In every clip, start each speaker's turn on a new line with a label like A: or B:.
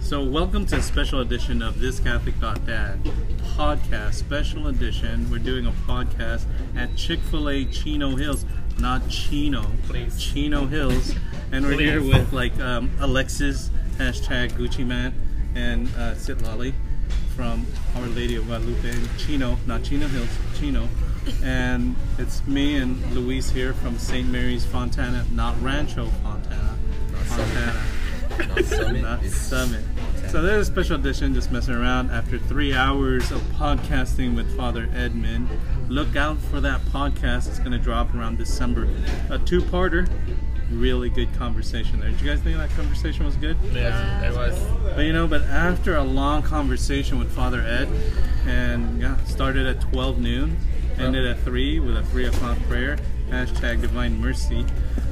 A: So, welcome to a special edition of This Catholic Got Dad podcast, special edition. We're doing a podcast at Chick fil A Chino Hills, not Chino,
B: Please.
A: Chino Hills. And we're here with like um, Alexis, hashtag Gucci Man, and uh, Sit Lolly from Our Lady of Guadalupe in Chino, not Chino Hills, Chino. And it's me and Luis here from St. Mary's Fontana, not Rancho Fontana, Fontana.
C: Not Summit.
A: Not
C: It's-
A: Summit. So there's a special edition just messing around after three hours of podcasting with Father Edmund. Look out for that podcast. It's going to drop around December. A two-parter. Really good conversation there. Did you guys think that conversation was good?
B: Yeah, it was.
A: But you know, but after a long conversation with Father Ed, and yeah, started at 12 noon, ended at 3 with a 3 o'clock prayer, hashtag divine mercy,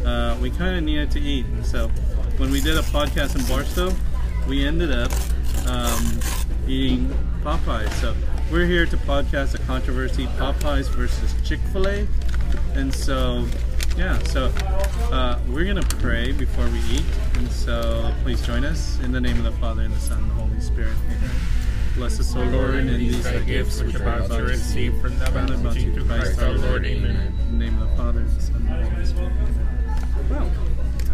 A: uh, we kind of needed to eat. And so when we did a podcast in Barstow, we ended up um, eating Popeyes. So we're here to podcast a controversy Popeyes versus Chick fil A. And so, yeah, so uh, we're going to pray before we eat. And so please join us in the name of the Father, and the Son, and the Holy Spirit. Amen. Bless us, O Lord, and these thy gifts which are about to receive from the bounty of Christ our Lord. Amen. In the name of the Father, and the Son, and the Holy Spirit. Amen. Wow.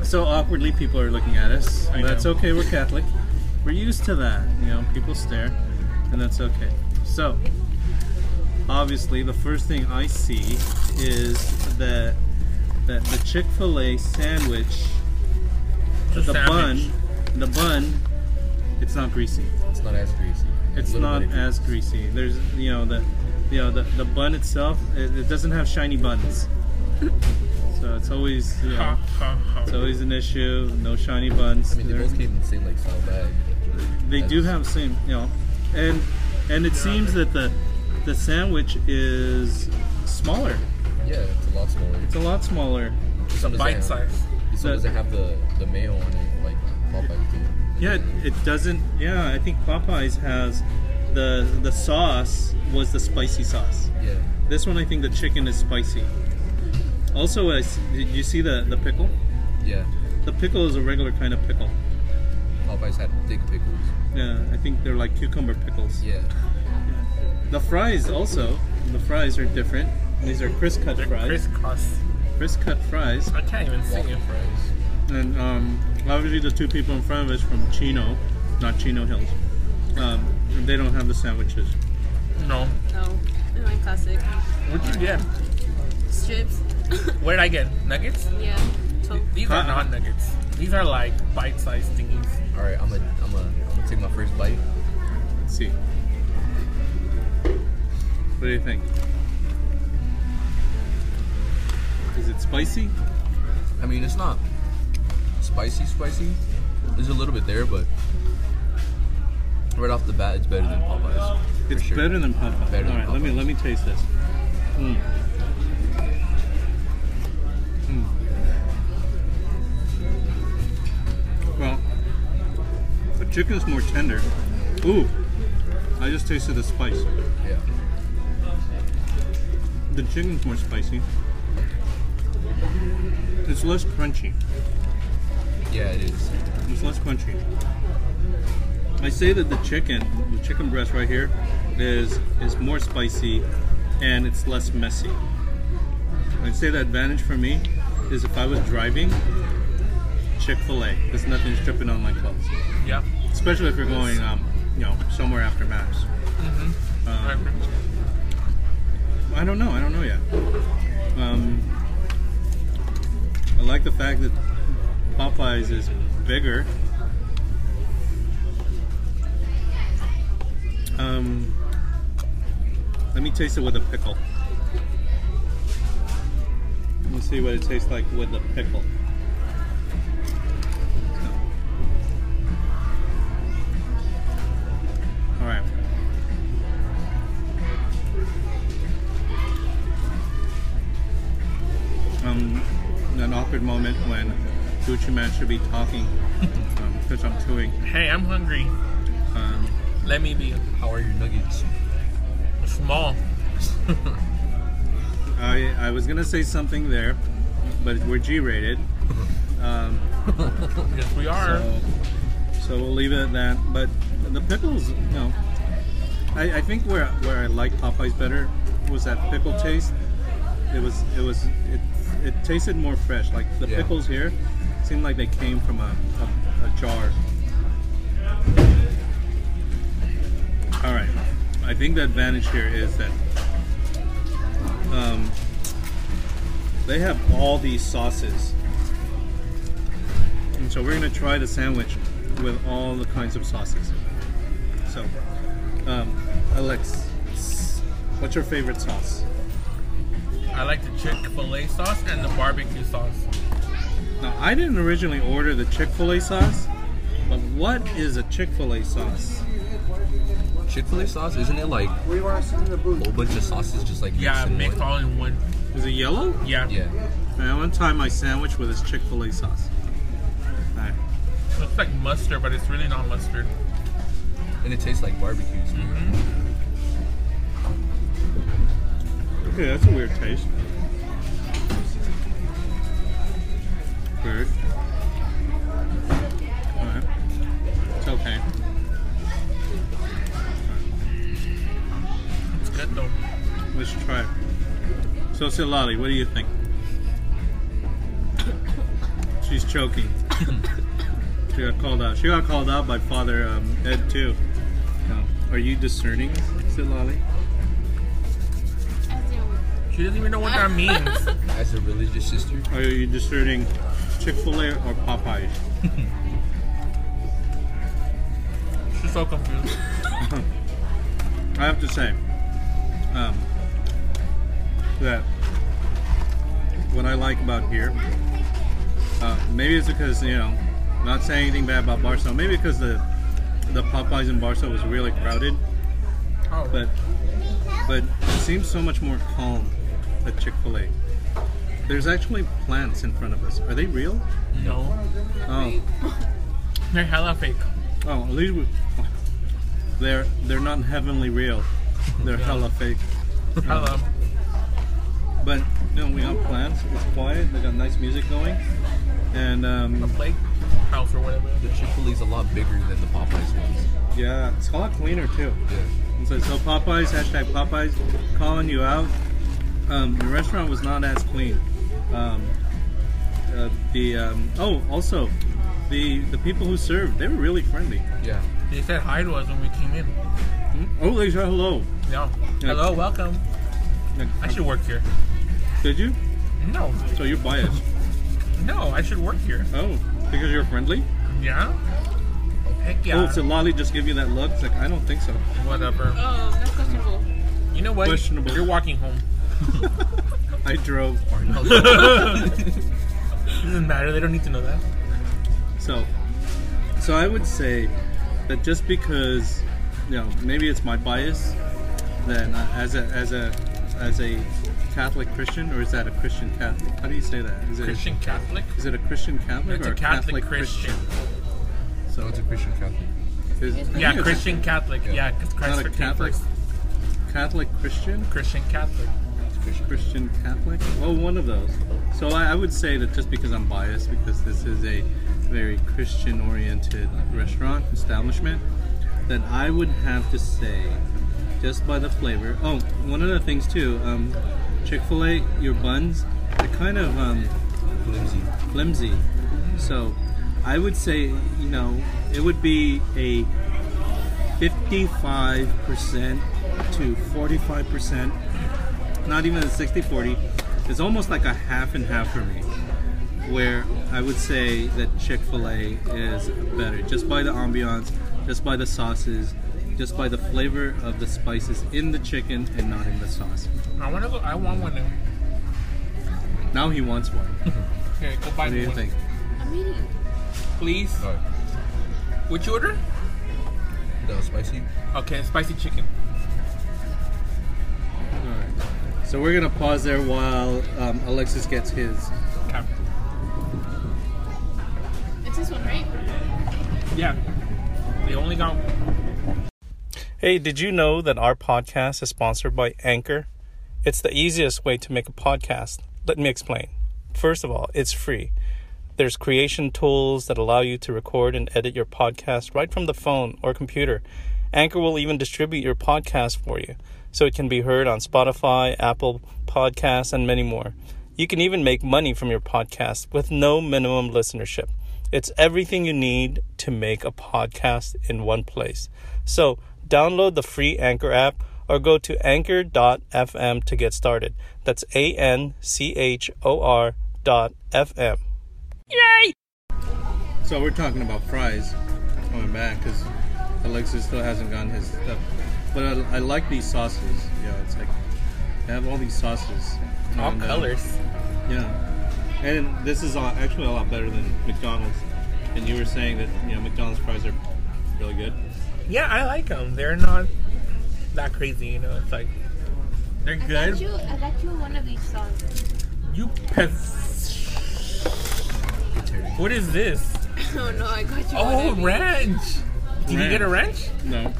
A: So awkwardly, people are looking at us.
B: I
A: That's
B: know.
A: okay. We're Catholic. We're used to that. You know, people stare, and that's okay. So, obviously the first thing I see is that that the Chick Fil A sandwich,
B: It's a
A: the
B: sandwich.
A: bun, the bun, it's not greasy.
C: It's not as greasy. A
A: It's
C: little
A: not
C: bit of
A: as greasy. There's you know the you know the, the bun itself. It, it doesn't have shiny buns, so it's always you know
B: Ha, ha, ha.
A: it's always an issue. No shiny buns.
C: I mean, they
A: They're-
C: both came in the same like style bag.
A: they do have same you know and and it seems that the the sandwich is smaller
C: Yeah, it's a lot smaller.
A: it's a lot smaller
C: This one doesn't
B: bite
C: have-
B: size.
C: This
A: The-
C: one doesn't have the the mayo on it like Popeye did.
A: Yeah, it, it doesn't. Yeah, I think Popeyes has the the sauce was the spicy sauce.
C: Yeah.
A: This one, I think the chicken is spicy. Also, I s did you see the the pickle?
C: Yeah.
A: The pickle is a regular kind of pickle.
C: Popeyes had thick pickles.
A: Yeah, I think they're like cucumber pickles.
C: Yeah.
A: The fries also. The fries are different. These are crisp cut
B: They're
A: fries.
B: crisscross.
A: Crisp cut fries.
B: I can't even sing
C: Waffle
B: it.
C: fries.
A: And um, obviously, the two people in front of us from Chino, not Chino Hills, um, they don't have the sandwiches.
B: No.
D: Oh, and my classic
B: What'd you get?
D: strips.
B: What did I get? Nuggets?
D: yeah, so
B: These are
A: Uh-uh.
B: not nuggets. These are like bite-sized thingies.
C: All right, I'm gonna I'm gonna I'm gonna take my first bite.
A: Let's see. What do you think? Is it spicy?
C: I mean, it's not spicy, spicy. There's a little bit there, but right off the bat, it's better than Popeyes. for
A: It's
C: sure.
A: better than Popeye.
C: Better than
A: All right, let me
C: Popeyes.
A: let me taste this. Mm. Mm. Well, the chicken's more tender. Ooh, I just tasted the spice.
C: Yeah.
A: The chicken's more spicy. It's less crunchy.
C: Yeah, it is.
A: It's less crunchy. I say that the chicken, the chicken breast right here, is is more spicy, and it's less messy. I'd say the advantage for me is if I was driving, Chick Fil A, because nothing's dripping on my clothes.
B: Yeah.
A: Especially if you're going, um, you know, somewhere after mass.
B: I agree.
A: I don't know. I don't know yet. Um, I like the fact that Popeyes is bigger. Um, let me taste it with a pickle. Let me see what it tastes like with the pickle. All right. um, an awkward moment when Gucci Man should be talking um, because I'm chewing.
B: Hey, I'm hungry.
A: Um,
B: Let me be
C: How are your nuggets?
B: small.
A: I, I was gonna say something there, but we're G-rated. Um,
B: Yes, we are.
A: so, So we'll leave it at that. But the pickles, you know, I, I think where where I like Popeyes better was that pickle taste. It was it was it, it tasted more fresh. Like the
C: Yeah.
A: pickles here seemed like they came from a, a, a jar. All right, I think the advantage here is that um, they have all these sauces. And so we're gonna try the sandwich with all the kinds of sauces. So, um, Alex, what's your favorite sauce?
B: I like the Chick Fil A sauce and the barbecue sauce.
A: Now, I didn't originally order the Chick fil A sauce, but what is a Chick fil A sauce?
C: Chick Fil A sauce isn't it like a
E: We want to sit in the booth.
C: whole bunch of sauces just like
B: Yeah,
C: mixed in
B: mixed
C: one?
B: all in one.
A: Is it yellow?
B: Yeah.
C: Yeah,
A: I want to tie my sandwich with this Chick fil A sauce. All right.
B: Looks like mustard, but it's really not mustard.
C: and it tastes like barbecue. so-
B: Mm-hmm.
A: Okay, that's a weird taste. Weird. Alright. It's okay.
B: It's good though.
A: Let's try it. So, Silali, what do you think? She's choking. she got called out. She got called out by Father um, Ed, too. Now, are you discerning, Silali?
D: Oh,
B: She doesn't even know what that means.
C: As a religious sister,
A: Are you discerning Chick fil A or Popeyes?
B: She's so confused.
A: I have to say um, that what I like about here, uh, maybe it's because you know, not saying anything bad about Barcelona. Maybe because the the Popeyes in Barcelona was really crowded,
B: Oh,
A: but but it seems so much more calm at Chick Fil A. There's actually plants in front of us. Are they real?
B: no.
A: Oh,
B: They're hella fake.
A: oh, at least we, they're they're not heavenly real. They're hella fake.
B: Hella.
A: But no, we got plants. It's quiet. They got nice music going, and
B: A
A: um,
B: flake house or whatever.
C: the Chick Fil A's a lot bigger than the Popeyes ones.
A: yeah, it's a lot cleaner too.
C: Yeah,
A: And so, so Popeyes hashtag Popeyes calling you out. Um, the restaurant was not as clean. Um, uh, the um, oh, also the the people who served they were really friendly.
C: yeah.
B: They said hi to us when we came in.
A: Oh, they said hello.
B: Yeah.
A: Yeah.
B: Hello, welcome.
A: Like,
B: I should work here.
A: Did you?
B: No,
A: So you're biased.
B: no, I should work here.
A: Oh, because you're friendly.
B: Yeah? Heck yeah.
A: Oh, so Lolly just give you that look. It's like I don't think so.
B: Whatever.
D: Um, that's questionable.
B: You know what?
A: Questionable.
B: You're walking home.
A: I drove.
B: doesn't matter. They don't need to know that.
A: So, so I would say that just because, you know, maybe it's my bias, then uh, as a as a as a Catholic Christian, or is that a Christian Catholic? How do you say that? Is it
B: Christian Catholic?
A: is it a Christian Catholic
B: It's
A: or
B: a Catholic Christian.
C: So it's a Christian Catholic.
A: Is- I think
B: Yeah,
A: it's a-
B: Christian Catholic.
C: Yeah.
B: Yeah, because Christ
A: Not a
B: for
A: Catholic. Catholic Christian.
B: Christian Catholic.
C: It's Christian.
A: Christian Catholic? Well, one of those. So I, I would say that just because I'm biased, because this is a very Christian oriented restaurant establishment, that I would have to say, just by the flavor. Oh, one of the things too, um, Chick fil A, your buns, they're kind of um,
C: Flimsy.
A: flimsy. So I would say, you know, it would be a 55% to 45%, not even a 60 40. It's almost like a half and half for me, where I would say that Chick fil A is better just by the ambiance, just by the sauces. Just by the flavor of the spices in the chicken and not in the sauce.
B: I want to go. I want one. now.
A: Now he wants one. What
B: Okay, go buy
A: do
B: me
A: you
B: one.
A: think? Uh,
D: I'm eating.
B: Please.
C: All right.
B: What you order?
C: That was spicy.
B: Okay, spicy chicken.
A: All right. So we're gonna pause there while um, Alexis gets his.
B: Okay.
D: It's this one, right?
B: Yeah. They only got.
A: Hey, did you know that our podcast is sponsored by Anchor? It's the easiest way to make a podcast. Let me explain. First of all, it's free. There's creation tools that allow you to record and edit your podcast right from the phone or computer. Anchor will even distribute your podcast for you, so it can be heard on Spotify, Apple Podcasts, and many more. You can even make money from your podcast with no minimum listenership. It's everything you need to make a podcast in one place. So, download the free Anchor app or go to anchor.fm to get started. That's A N C H O R dot FM. So we're talking about fries coming back because Alexis still hasn't gotten his stuff. But I, I like these sauces. Yeah, it's like they have all these sauces.
B: All
A: And, uh,
B: colors.
A: Yeah, and this is a- actually a lot better than McDonald's. And you were saying that you know McDonald's fries are really good.
B: Yeah, I like them. They're not that crazy, you know. It's like they're
D: I got
B: good.
D: you. I got you one of these songs.
B: You pes. What is this?
D: Oh no, I got you.
B: Oh,
D: one of
B: ranch. Did you get a ranch?
A: No,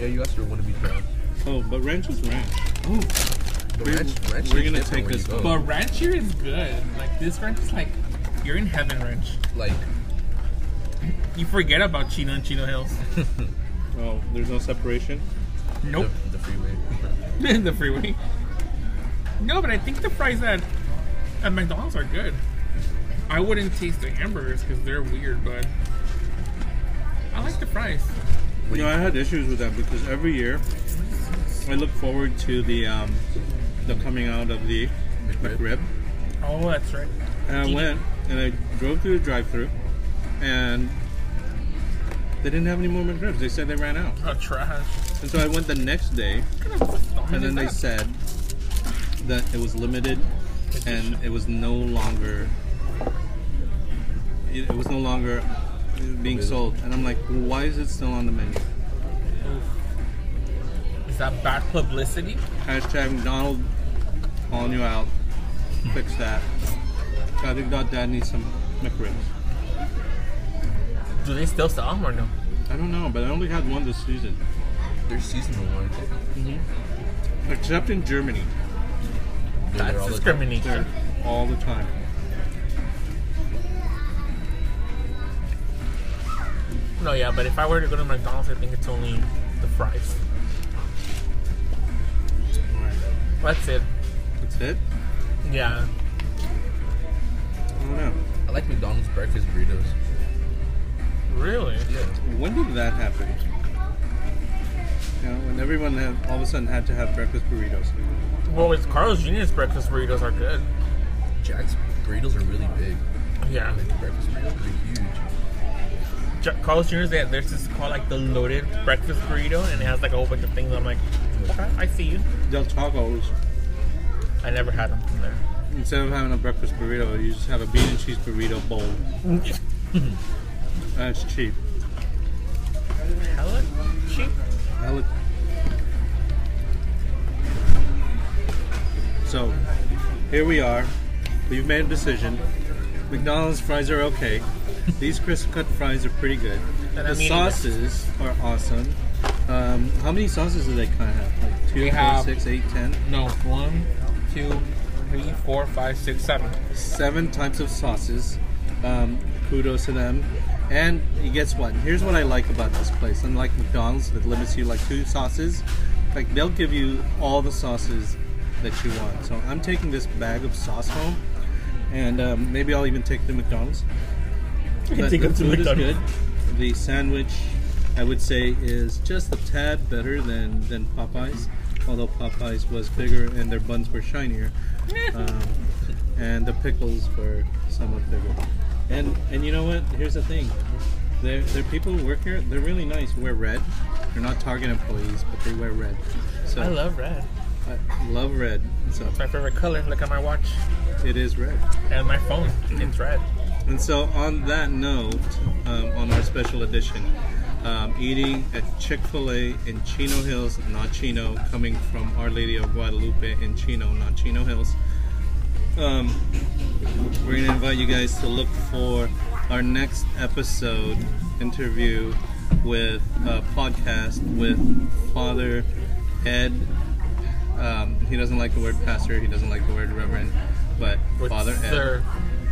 C: Yeah, you asked for one of these now.
A: oh, but ranch is ranch.
C: The
A: We-
C: ranch, ranch
A: we're
C: is
A: gonna
C: different
A: take
C: when you
A: this
C: go.
B: But ranch here is good. Like this ranch is like you're in heaven ranch.
C: Like,
B: You forget about Chino and Chino Hills.
A: Oh, there's no separation.
B: Nope.
C: the, the freeway.
B: the freeway. No, but I think the fries at at McDonald's are good. I wouldn't taste the hamburgers because they're weird, but I like the fries.
A: You know, I had issues with that because every year I look forward to the um, the coming out of the
C: McRib.
A: McRib.
B: Oh, that's right.
A: And I
B: Did you-
A: went and I drove through the drive-through, and they didn't have any more McRibs. They said they ran out.
B: Oh, trash.
A: And so I went the next day, and then they said that it was limited, and it was no longer it it was no longer being sold. And I'm like, why is it still on the menu?
B: Is that bad publicity?
A: Hashtag McDonald calling you out. Fix that. I think that dad needs some McRibs.
B: Do they still sell them or no?
A: I don't know, but I only had one this season.
C: They're seasonal, aren't they?
A: Except in Germany.
C: They're there all
B: That's
C: the time.
B: discrimination.
A: They're all the time.
B: No, yeah, but if I were to go to McDonald's, I think it's only the fries.
A: Alright.
B: That's it.
A: That's it?
B: Yeah.
A: I don't know.
C: I like McDonald's breakfast burritos.
B: Really?
C: Yeah.
A: When did that happen? You know, when everyone had, all of a sudden had to have breakfast burritos.
B: Well, with Carl's Jr.'s breakfast burritos are good.
C: Jack's burritos are really big.
B: Yeah.
C: Like, breakfast burritos are huge.
B: J- Carl's Jr.'s, they, there's this called like the loaded breakfast burrito, and it has like a whole bunch of things. I'm like, okay, I see you.
A: Del Tacos,
B: I never had them from there.
A: instead of having a breakfast burrito, you just have a bean and cheese burrito bowl. That's cheap.
B: Hella cheap.
A: I look- So, here we are. We've made a decision. McDonald's fries are okay. These crisp cut fries are pretty good.
B: And
A: the
B: I'm eating
A: sauces are awesome. Um, how many sauces do they kind of have? Like two,
B: We
A: four,
B: have-
A: six, eight, ten?
B: No, one, two, three, four, five, six, seven.
A: seven types of sauces. Um, kudos to them. And guess what? Here's what I like about this place. Unlike McDonald's that limits you like two sauces, like they'll give you all the sauces that you want. So I'm taking this bag of sauce home, and um, maybe I'll even take the McDonald's. But
B: take
A: the
B: it to
A: food is
B: McDonald's.
A: good. The sandwich, I would say, is just a tad better than than Popeyes, although Popeyes was bigger and their buns were shinier um, and the pickles were somewhat bigger. And and you know what? Here's the thing: the the people who work here, they're really nice. Wear red. They're not Target employees, but they wear red. So
B: I love red.
A: I love red. So
B: It's my favorite color. Look at my watch
A: it is red.
B: and my phone. It's red.
A: And so on that note, um, on our special edition, um, eating at Chick Fil A in Chino Hills, not Chino, coming from Our Lady of Guadalupe in Chino, not Chino Hills. Um, we're gonna invite you guys to look for our next episode interview with a podcast with Father Ed. Um, he doesn't like the word pastor. He doesn't like the word reverend, but
B: With
A: Father Ed
B: sir.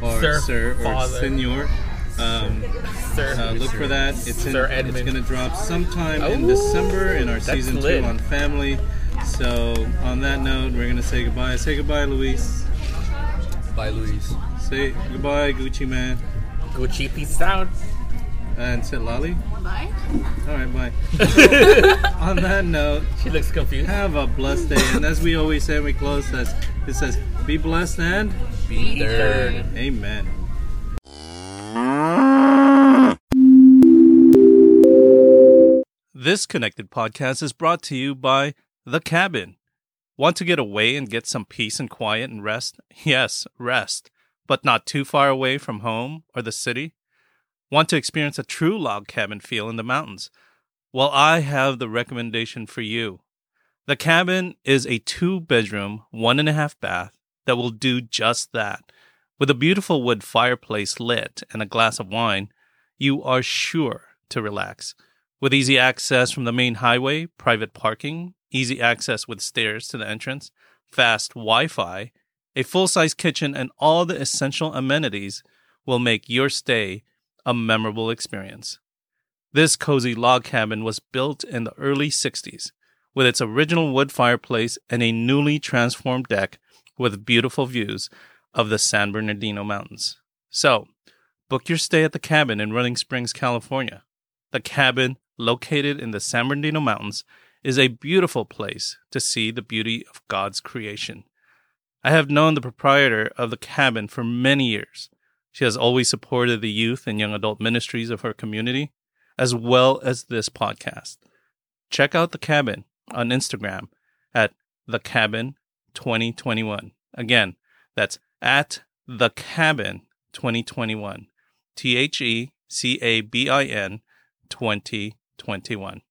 A: or or
B: Sir,
A: sir, or
B: father.
A: senor. Um,
B: Sir.
A: uh, look for that. It's in,
B: Sir
A: it's
B: Edmund.
A: going to drop sometime in
B: Ooh,
A: December in our
B: that's
A: season
B: lit.
A: two on Family. So on that note, we're going to say goodbye. Say goodbye, Luis.
C: Bye, Luis.
A: Say goodbye, Gucci man,
B: Gucci, peace out.
A: and sit Lolly.
D: Bye.
A: All right, bye. on that note,
B: She looks confused.
A: have a blessed day. And as we always say, when we close this. It says, "Be blessed and
C: Be there.
A: amen." This connected podcast is brought to you by The Cabin. Want to get away and get some peace and quiet and rest? Yes, rest, but not too far away from home or the city. Want to experience a true log cabin feel in the mountains? Well, I have the recommendation for you. The cabin is a two bedroom, one and a half bath that will do just that. With a beautiful wood fireplace lit and a glass of wine, you are sure to relax. With easy access from the main highway, private parking, easy access with stairs to the entrance, fast Wi Fi, a full size kitchen, and all the essential amenities will make your stay a memorable experience. This cozy log cabin was built in the early 60s with its original wood fireplace and a newly transformed deck with beautiful views of the San Bernardino Mountains. So, book your stay at the cabin in Running Springs, California. The cabin, located in the San Bernardino Mountains, is a beautiful place to see the beauty of God's creation. I have known the proprietor of the cabin for many years. She has always supported the youth and young adult ministries of her community, as well as this podcast check out the cabin on Instagram at the cabin 2021. Again, that's at the cabin 2021. T H E C A B I N 2021.